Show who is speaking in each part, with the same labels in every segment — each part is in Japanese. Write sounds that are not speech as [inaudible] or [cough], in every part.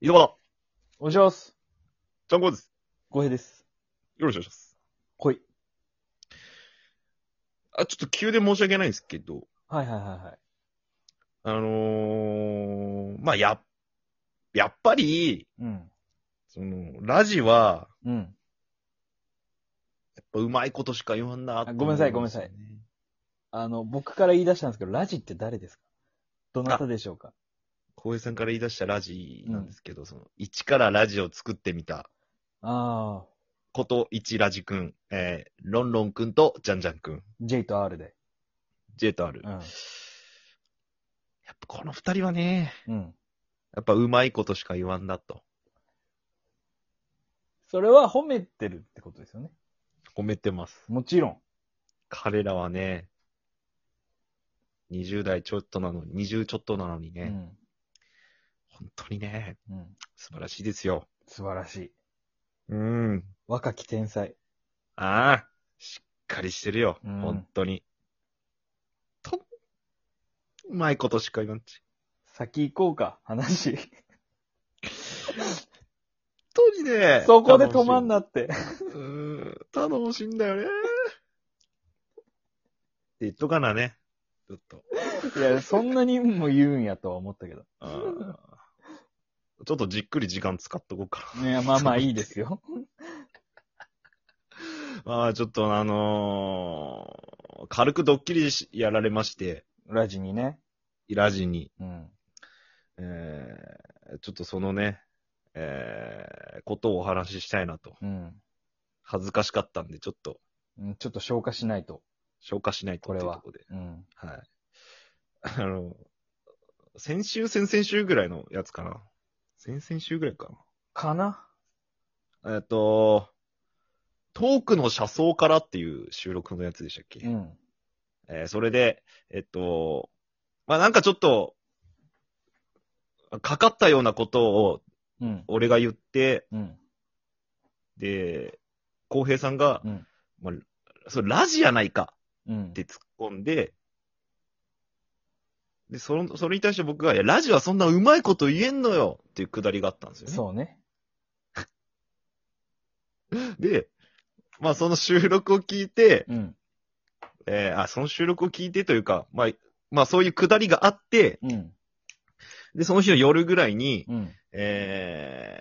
Speaker 1: 井戸端、
Speaker 2: お願いします。
Speaker 1: ちゃんこです。
Speaker 2: ご平です。
Speaker 1: よろしくお願いします。
Speaker 2: 来い。
Speaker 1: あ、ちょっと急で申し訳ないんですけど、
Speaker 2: はいはいはいはい。
Speaker 1: あのー、まあ、や、やっぱり、
Speaker 2: うん。
Speaker 1: その、ラジは、
Speaker 2: うん。
Speaker 1: やっぱうまいことしか言わんな
Speaker 2: あごめんなさいごめんなさい。あの、僕から言い出したんですけど、ラジって誰ですかどなたでしょうか
Speaker 1: 浩平さんから言い出したラジなんですけど、その、一からラジを作ってみた、
Speaker 2: ああ
Speaker 1: こと一ラジくん、えー、ロンロンくんとジャンジャンくん、
Speaker 2: ー、J と R で。
Speaker 1: J と R。
Speaker 2: うん
Speaker 1: やっぱこの二人はね、
Speaker 2: うん。
Speaker 1: やっぱうまいことしか言わんなと。
Speaker 2: それは褒めてるってことですよね。
Speaker 1: 褒めてます。
Speaker 2: もちろん。
Speaker 1: 彼らはね、20代ちょっとなのに、20ちょっとなのにね、
Speaker 2: うん。
Speaker 1: 本当にね、
Speaker 2: うん。
Speaker 1: 素晴らしいですよ。
Speaker 2: 素晴らしい。
Speaker 1: うん。
Speaker 2: 若き天才。
Speaker 1: ああ、しっかりしてるよ、
Speaker 2: うん
Speaker 1: 本当に。と、うまいことしか言わんち。
Speaker 2: 先行こうか、 [laughs] 話。
Speaker 1: 本当にね、
Speaker 2: そこで止まんなって。
Speaker 1: 楽しい。うん、楽しいんだよね。って言っとかなね、ちょっと。
Speaker 2: いや、そんなにも言うんやとは思ったけど。
Speaker 1: あーちょっとじっくり時間使っとこうかな。
Speaker 2: いや、まあまあいいですよ。
Speaker 1: まあ、ちょっとあのー軽くドッキリしやられまして、
Speaker 2: ラジにね。
Speaker 1: イラジに。
Speaker 2: うん。
Speaker 1: えー、ちょっとそのね、えー、ことをお話ししたいなと。
Speaker 2: うん
Speaker 1: 恥ずかしかったんで、ちょっと
Speaker 2: うん。ちょっと消化しないと。
Speaker 1: 消化しないと
Speaker 2: これは
Speaker 1: っていうとこで。
Speaker 2: うん。
Speaker 1: はい。 [laughs] あの、先週、先々週ぐらいのやつかな。先々週ぐらいか
Speaker 2: かな
Speaker 1: な。えっと、トークの車窓からっていう収録のやつでしたっけ
Speaker 2: うん。
Speaker 1: えーそれで、えっと、まあ、なんかちょっと、かかったようなことを
Speaker 2: うん。
Speaker 1: 俺が言って、
Speaker 2: うん。
Speaker 1: で、浩平さんが、
Speaker 2: うん
Speaker 1: まあ、それラジやないか
Speaker 2: うん
Speaker 1: って突っ込んで、で、その、それに対して僕が、いや、ラジはそんなうまいこと言えんのよっていうくだりがあったんですよね。
Speaker 2: そうね。
Speaker 1: で、まあ、その収録を聞いて、
Speaker 2: うん。
Speaker 1: えーあ、その収録を聞いてというか、まあ、まあ、そういうくだりがあって、
Speaker 2: うん。
Speaker 1: で、その日の夜ぐらいに、
Speaker 2: うん。
Speaker 1: え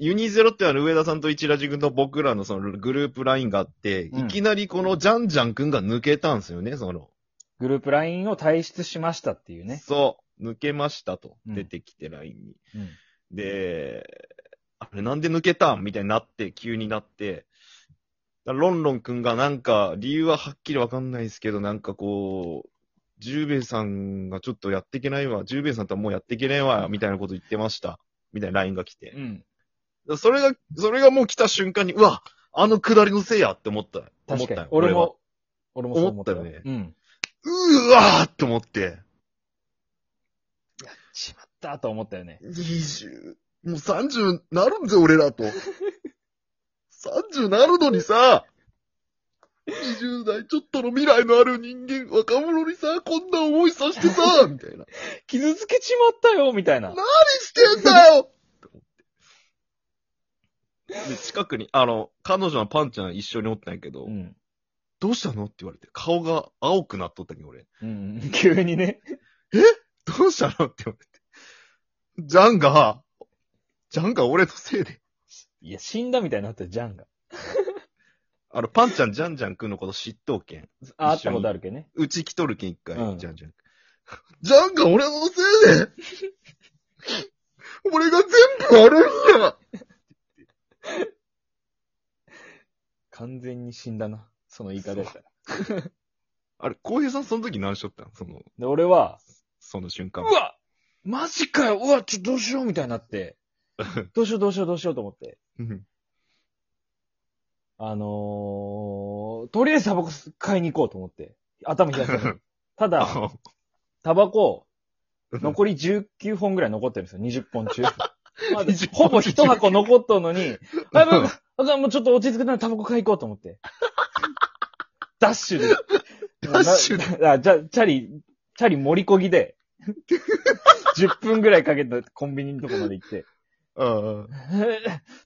Speaker 1: ー、ユニゼロってあの上田さんと一ラジ君と僕らのそのグループラインがあって、
Speaker 2: うん
Speaker 1: いきなりこのジャンジャン君が抜けたんですよね、その。
Speaker 2: グループ LINE を退出しましたっていうね。
Speaker 1: そう。抜けましたと。
Speaker 2: うん
Speaker 1: 出てきてラインに。
Speaker 2: うん。
Speaker 1: で、あれなんで抜けたんみたいになって、急になって。だからロンロン君がなんか、理由ははっきりわかんないですけど、なんかこう、ジュウベイさんがちょっとやっていけないわ、ジュウベイさんとはもうやっていけないわ、みたいなこと言ってました。みたいなラインが来て。
Speaker 2: うん。
Speaker 1: それが、それがもう来た瞬間に、うわ、あの下りのせいやって思った。思
Speaker 2: 確
Speaker 1: っ
Speaker 2: か
Speaker 1: た
Speaker 2: に
Speaker 1: よ。
Speaker 2: 俺
Speaker 1: は。
Speaker 2: も、俺もそう思った
Speaker 1: 思ったよね
Speaker 2: うん。
Speaker 1: うーわーって思って。
Speaker 2: しまったと思ったよね。
Speaker 1: 20、もう30なるんぜ、俺
Speaker 2: [laughs]
Speaker 1: らと。30なるのにさ、20代ちょっとの未来のある人間、若者にさ、こんな思いさして
Speaker 2: [laughs]
Speaker 1: さ、みたいな。
Speaker 2: 傷つけちまったよみたいな。
Speaker 1: してんだよで、近くに、あの、彼女のパンちゃん一緒におったんやけど、
Speaker 2: うん。
Speaker 1: どうしたのって言われて、顔が青くなっとったけど、俺。
Speaker 2: うん。 [laughs] 急にね。
Speaker 1: どうしたのって言われて。ジャンが、ジャンが俺のせいで。
Speaker 2: いや、死んだみたいになったよジャンが。
Speaker 1: あの、パンちゃん、ジャンジャンくんのこと嫉妬権。
Speaker 2: あ、会っ
Speaker 1: 一緒
Speaker 2: た
Speaker 1: に
Speaker 2: ことあるけどね。
Speaker 1: うち来とるけん、一回、
Speaker 2: うん
Speaker 1: ジャンジャン。ジャンが俺のせい
Speaker 2: [laughs]
Speaker 1: で俺が全部悪いんや
Speaker 2: 完全に死んだな。その言い方だったら。
Speaker 1: あれ、浩平さんその時何しとったんその、
Speaker 2: で、俺は、
Speaker 1: その瞬
Speaker 2: う
Speaker 1: 間。
Speaker 2: わマジかようわちょ、どうしようみたいにな [laughs] って。どうしようどうしようどうしようと思って。
Speaker 1: うん
Speaker 2: あのー、とりあえずタバコ買いに行こうと思って。頭冷やして。
Speaker 1: [laughs]
Speaker 2: ただ、
Speaker 1: あ
Speaker 2: タバコ、
Speaker 1: うん
Speaker 2: 残り19本ぐらい残ってるんですよ。20本
Speaker 1: [laughs]
Speaker 2: 中。まあ
Speaker 1: 20本
Speaker 2: ほぼ1箱残っとんのに、あ、もうあかんもうちょっと落ち着くならタバコ買い行こうと思って。ダッシュで。
Speaker 1: [laughs] ダッシュ [laughs]
Speaker 2: で。あじゃ、チャリ、チャリ盛りこぎで、 10分ぐらいかけてコンビニのとこまで行って、 [laughs]
Speaker 1: うんうん。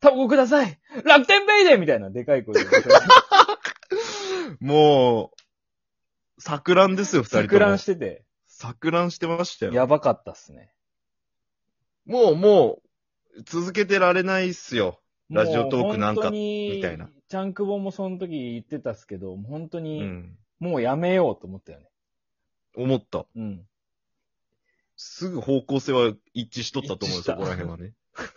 Speaker 2: タバコください楽天ベイデーみたいな、でか
Speaker 1: [laughs]
Speaker 2: い声で。 [laughs]
Speaker 1: もう、錯乱ですよ、二人とも。
Speaker 2: 錯乱してて、
Speaker 1: 錯乱してましたよ。
Speaker 2: やばかったっすね。
Speaker 1: もう、もう、続けてられないっすよ。ラジオトークなんか
Speaker 2: もう本当に
Speaker 1: みたいな。
Speaker 2: チャンクボもその時言ってたっすけど、本当
Speaker 1: う
Speaker 2: に、
Speaker 1: ん。
Speaker 2: もうやめようと思ったよね。
Speaker 1: 思った。
Speaker 2: うん。
Speaker 1: すぐ方向性は一致しとったと思う
Speaker 2: 一致
Speaker 1: よ、
Speaker 2: した
Speaker 1: そこら辺はね。 [laughs]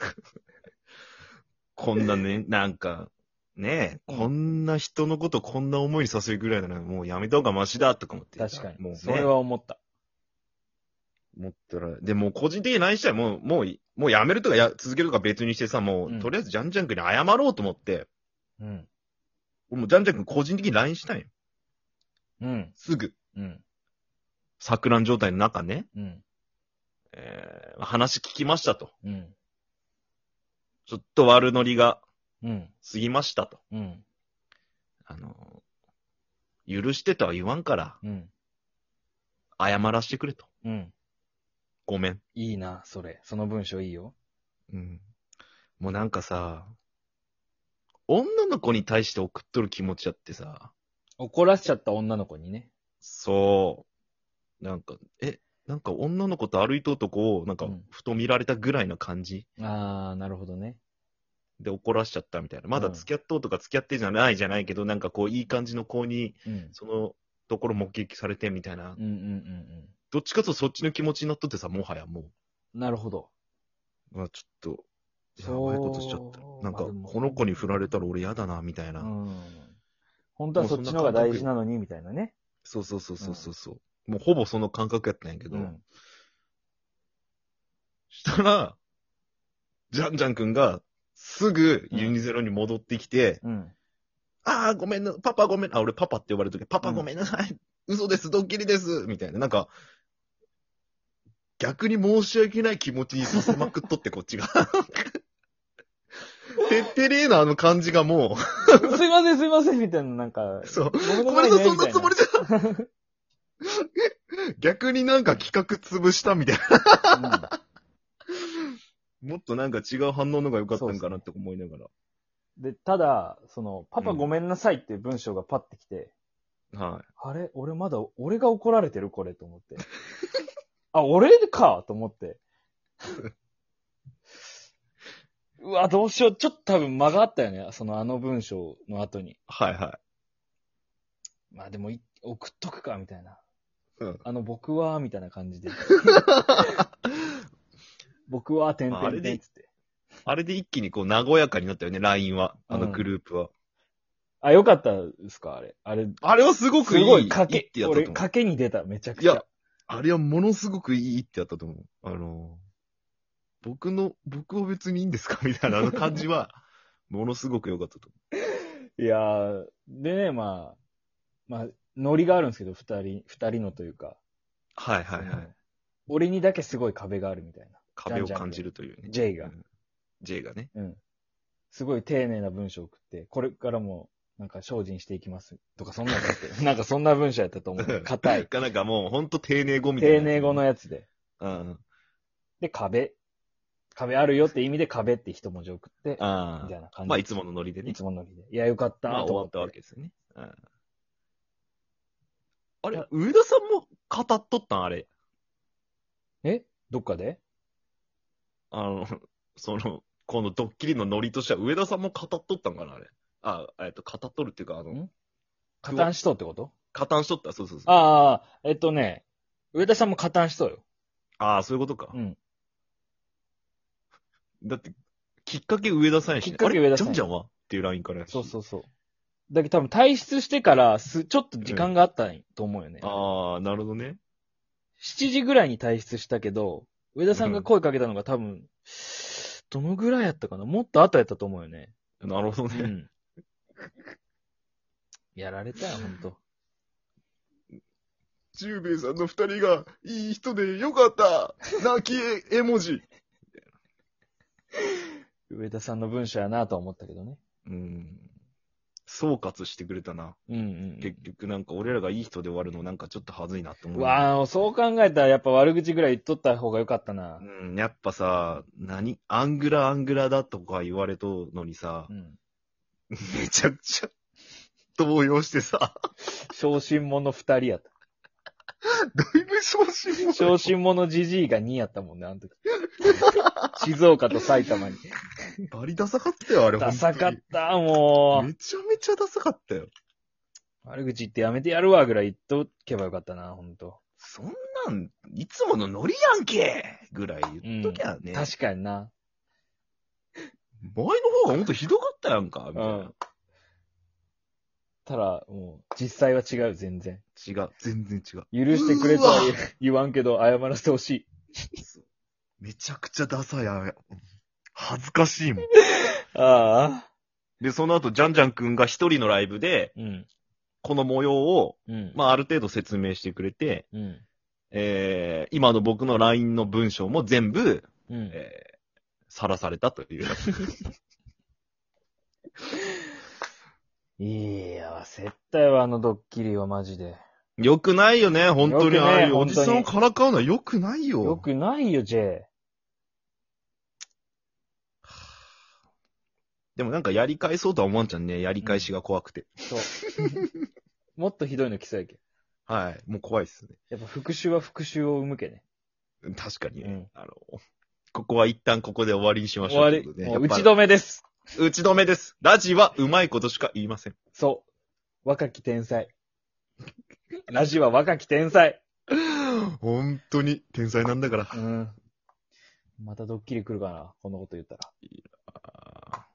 Speaker 1: こんなね、なんか、ねえ、
Speaker 2: うん
Speaker 1: こんな人のことこんな思いさせるぐらいなら、もうやめた方がマシだ、とか思って。
Speaker 2: 確かに。
Speaker 1: もうね、
Speaker 2: それは思った。
Speaker 1: 思ったら、でもう個人的にないしはもう、もう、もうやめるとかや続けるとか別にしてさ、もう、
Speaker 2: うん
Speaker 1: とりあえずジャンジャン君に謝ろうと思って、
Speaker 2: うん。
Speaker 1: もうジャンジャン君個人的に LINE したんよ。
Speaker 2: うん。
Speaker 1: すぐ。
Speaker 2: うん。
Speaker 1: 錯乱状態の中ね、
Speaker 2: うん。
Speaker 1: えー、話聞きましたと。
Speaker 2: うん。
Speaker 1: ちょっと悪ノリが
Speaker 2: うん。
Speaker 1: 過ぎましたと。
Speaker 2: うん。
Speaker 1: あの、許してとは言わんから、
Speaker 2: うん。
Speaker 1: 謝らしてくれと。
Speaker 2: うん。
Speaker 1: ごめん。
Speaker 2: いいな、それ。その文章いいよ。
Speaker 1: うん。もうなんかさ、女の子に対して送っとる気持ちやってさ、
Speaker 2: 怒らせちゃった女の子にね。
Speaker 1: そう。なんか、え、なんか女の子と歩いとうとこを、なんか
Speaker 2: うん、
Speaker 1: ふと見られたぐらいな感じ
Speaker 2: あー、なるほどね。
Speaker 1: で怒らしちゃったみたいな。まだ
Speaker 2: うん
Speaker 1: 付き合っとうとか付き合ってじゃないじゃないけど、なんかこう、いい感じの子に、
Speaker 2: うん。
Speaker 1: そのところ目撃されてみたいな
Speaker 2: うん。うんうん
Speaker 1: どっちかというとそっちの気持ちになっとってさ、もはやも
Speaker 2: うん。なるほど。
Speaker 1: う。まあちょっと、や
Speaker 2: そう
Speaker 1: ばいことしちゃった。なんか、
Speaker 2: まあでも
Speaker 1: この子に振られたら俺嫌だな、みたいうな。
Speaker 2: ん。本当はそっちの方が大事なのに、みたいなね。
Speaker 1: そうそうそうそうそうそう、もうほぼその感覚やったんやけど。
Speaker 2: うん。
Speaker 1: したら、ジャンジャン君が、すぐユニゼロに戻ってきて、
Speaker 2: うん。
Speaker 1: ああ、ごめんな、パパごめん、あ、俺パパって呼ばれるとき、パパごめんなさい、嘘です、ドッキリです、みたいな。なんか、逆に申し訳ない気持ちにさせまくっとって、こっち
Speaker 2: [laughs]
Speaker 1: が。てってれーな、あの感じがもう。
Speaker 2: [laughs] すいません、すいません、みたいな、な
Speaker 1: [laughs]
Speaker 2: んか。
Speaker 1: そう。
Speaker 2: ご
Speaker 1: ごめんなさい、そん
Speaker 2: みた
Speaker 1: なつもりじゃ。 [laughs] 逆になんか企画潰したみたいな。
Speaker 2: な
Speaker 1: もっとなんか違う反応の方が良かったんかなって思いなが
Speaker 2: うんで、ただ、その、パパごめんなさいっていう文章がパッてきて、
Speaker 1: ら。はい。
Speaker 2: あれ俺まだ、俺が怒られてるこれと思って。あ、俺かと思って。 [laughs] うわ、どうしよう。ちょっと多分間があったよね。そのあの文章の後に。
Speaker 1: はいは
Speaker 2: まあでもい、送っとくか、みたいな。
Speaker 1: い。うん。
Speaker 2: あの、僕は、みたいな感
Speaker 1: [laughs]
Speaker 2: じで。僕は、てんて
Speaker 1: あ
Speaker 2: ん
Speaker 1: れ
Speaker 2: て
Speaker 1: で
Speaker 2: んつって。
Speaker 1: あれで一気にこう、和やかになったよね、LINE は。あのグループは。
Speaker 2: あ、よかったですかあれ。あれ、
Speaker 1: あれはすごくいい。
Speaker 2: すごい、賭
Speaker 1: いい
Speaker 2: け
Speaker 1: ってやったと
Speaker 2: 俺、
Speaker 1: 思う。
Speaker 2: 賭けに出た、めちゃく
Speaker 1: い
Speaker 2: ちゃ
Speaker 1: や。、あれはものすごくいいってやったと思う。あのー、僕の、僕は別にいいんですかみたいなあの感じは、ものすごく良かったと
Speaker 2: いやー、でね、まあ、まあ、ノリがあるんですけど、二人、二人のというか。
Speaker 1: 思う。はいはい
Speaker 2: そ
Speaker 1: は
Speaker 2: の
Speaker 1: い。
Speaker 2: 俺にだけすごい壁があるみたいな。
Speaker 1: 壁を
Speaker 2: ジャンジャン
Speaker 1: 感じるというね。
Speaker 2: J が
Speaker 1: うん。J がね。
Speaker 2: うん。すごい丁寧な文章を送って、これからも、なんか精進していきます。とか、そんなのだ
Speaker 1: [laughs]
Speaker 2: って。なんかそんな文章やったと思う。硬い。
Speaker 1: かなんかもう、ほんと丁寧語 [laughs] みたいな。
Speaker 2: 丁寧語の。やつで。
Speaker 1: うん。
Speaker 2: で、壁。壁あるよって意味で壁って一文字送って、
Speaker 1: あ
Speaker 2: みたいな
Speaker 1: あ。
Speaker 2: 感じ。
Speaker 1: まあ、いつものノリでね
Speaker 2: い。つものノリで。いや、よかった
Speaker 1: まあ、
Speaker 2: と
Speaker 1: 終わ
Speaker 2: 思っ。
Speaker 1: ってたわけですよね。うんあ
Speaker 2: い
Speaker 1: れ
Speaker 2: や、
Speaker 1: 上田さんも語っとったんあれ。
Speaker 2: えどっかで
Speaker 1: あの、 [laughs] その、このドッキリのノリとしては、上田さんも語っとったんかな、あれ。あ、えっと、語っとるっていうか、あの
Speaker 2: ん、加担しとうってこと
Speaker 1: 加担しとった、そうそうそう。あ
Speaker 2: ああ、えっとね、上田さんも加担しとうよ。
Speaker 1: あー、そういうことか。
Speaker 2: うん。
Speaker 1: だって、きっかけ上田さんやし、
Speaker 2: きっかけ上田さん
Speaker 1: あれジャンジャンはっていうラインからやし
Speaker 2: そうそうそう。だけど多分退出してからす、ちょっと時間があったんと思うよね。
Speaker 1: ああ、なるほどね。
Speaker 2: 7時ぐらいに退出したけど、上田さんが声かけたのが多分、どのぐらいやったかなもっと後やったと思うよね。
Speaker 1: なるほど
Speaker 2: う
Speaker 1: ね。
Speaker 2: ん。 [laughs] やられたよ、ほんと。
Speaker 1: ジューベイさんの二人が、いい人でよかった泣き絵文字。
Speaker 2: 上田さんの文章やなとは思ったけどね。
Speaker 1: うん。総括してくれたな。
Speaker 2: うんうん
Speaker 1: 結局なんか俺らがいい人で終わるのなんかちょっと恥ずいなって思
Speaker 2: う
Speaker 1: う。
Speaker 2: ん。わあ、そう考えたらやっぱ悪口ぐらい言っとった方がよかったな。
Speaker 1: うん、やっぱさ、何アングラアングラだとか言われとうのにさ
Speaker 2: う、ん。
Speaker 1: めちゃくちゃ動揺してさ、
Speaker 2: 昇進者二人やった。
Speaker 1: だいぶ昇進も
Speaker 2: 昇進者じじいが2やったもんね、あの時。 [laughs] 静岡と埼玉に。
Speaker 1: バリダサかったよ、あれ。
Speaker 2: ダサか
Speaker 1: 本
Speaker 2: った、
Speaker 1: 当
Speaker 2: も
Speaker 1: に
Speaker 2: う。
Speaker 1: めちゃめちゃダサかったよ。
Speaker 2: 悪口言ってやめてやるわ、ぐらい言っとけばよかったな、ほんと。
Speaker 1: そんなん、いつものノリやんけぐらい言っときゃね。
Speaker 2: 確かにな。
Speaker 1: 前の方がほんとひどかったやんか、みたいな。
Speaker 2: うんただ、もう、実際は違う、全然。
Speaker 1: 違う。全然違う。
Speaker 2: 許してくれとは
Speaker 1: うわ
Speaker 2: 言わんけど、謝らせてほしい。
Speaker 1: めちゃくちゃダサい、あれ。恥ずかしいもん。
Speaker 2: ああ。
Speaker 1: で、その後、ジャンジャン君が一人のライブで、
Speaker 2: うん。
Speaker 1: この模様を、
Speaker 2: うん。
Speaker 1: まあ、ある程度説明してくれて、
Speaker 2: うん。
Speaker 1: えー、今の僕の LINE の文章も全部、
Speaker 2: うん。
Speaker 1: えー、さらされたという。 [laughs]
Speaker 2: いや、接待はあのドッキリはマジで。
Speaker 1: よくないよね、本当に。
Speaker 2: よくね
Speaker 1: ああいうお
Speaker 2: 本当
Speaker 1: じ
Speaker 2: に
Speaker 1: さんをからかうのはよくないよ。
Speaker 2: よくないよ、J。
Speaker 1: でもなんかやり返そうとは思わんじゃんね。やり返しが怖くて。
Speaker 2: そう。もっとひどいの来そうやけ。
Speaker 1: はい。もう怖いっすね。
Speaker 2: やっぱ復讐は復讐を生むけね。
Speaker 1: 確かにね。
Speaker 2: うん
Speaker 1: あの、ここは一旦ここで終わりにしまし
Speaker 2: 終
Speaker 1: ょう
Speaker 2: わ
Speaker 1: という
Speaker 2: り。
Speaker 1: ことで。
Speaker 2: もう
Speaker 1: やっ
Speaker 2: 打
Speaker 1: ぱ
Speaker 2: ち止めです。
Speaker 1: 打ち止めです。ラジはうまいことしか言いません。
Speaker 2: そう。若き天才。 [laughs] ラジは若き天才。
Speaker 1: 本当に天才なんだから。
Speaker 2: うん。またドッキリ来るかな、こんなこと言ったら。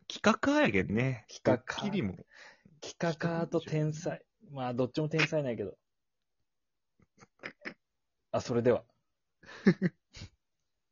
Speaker 1: 企画やけんね。
Speaker 2: 企画
Speaker 1: ドッキリも。
Speaker 2: 企画と天才。まあ、どっちも天才ないけど。あ、それでは。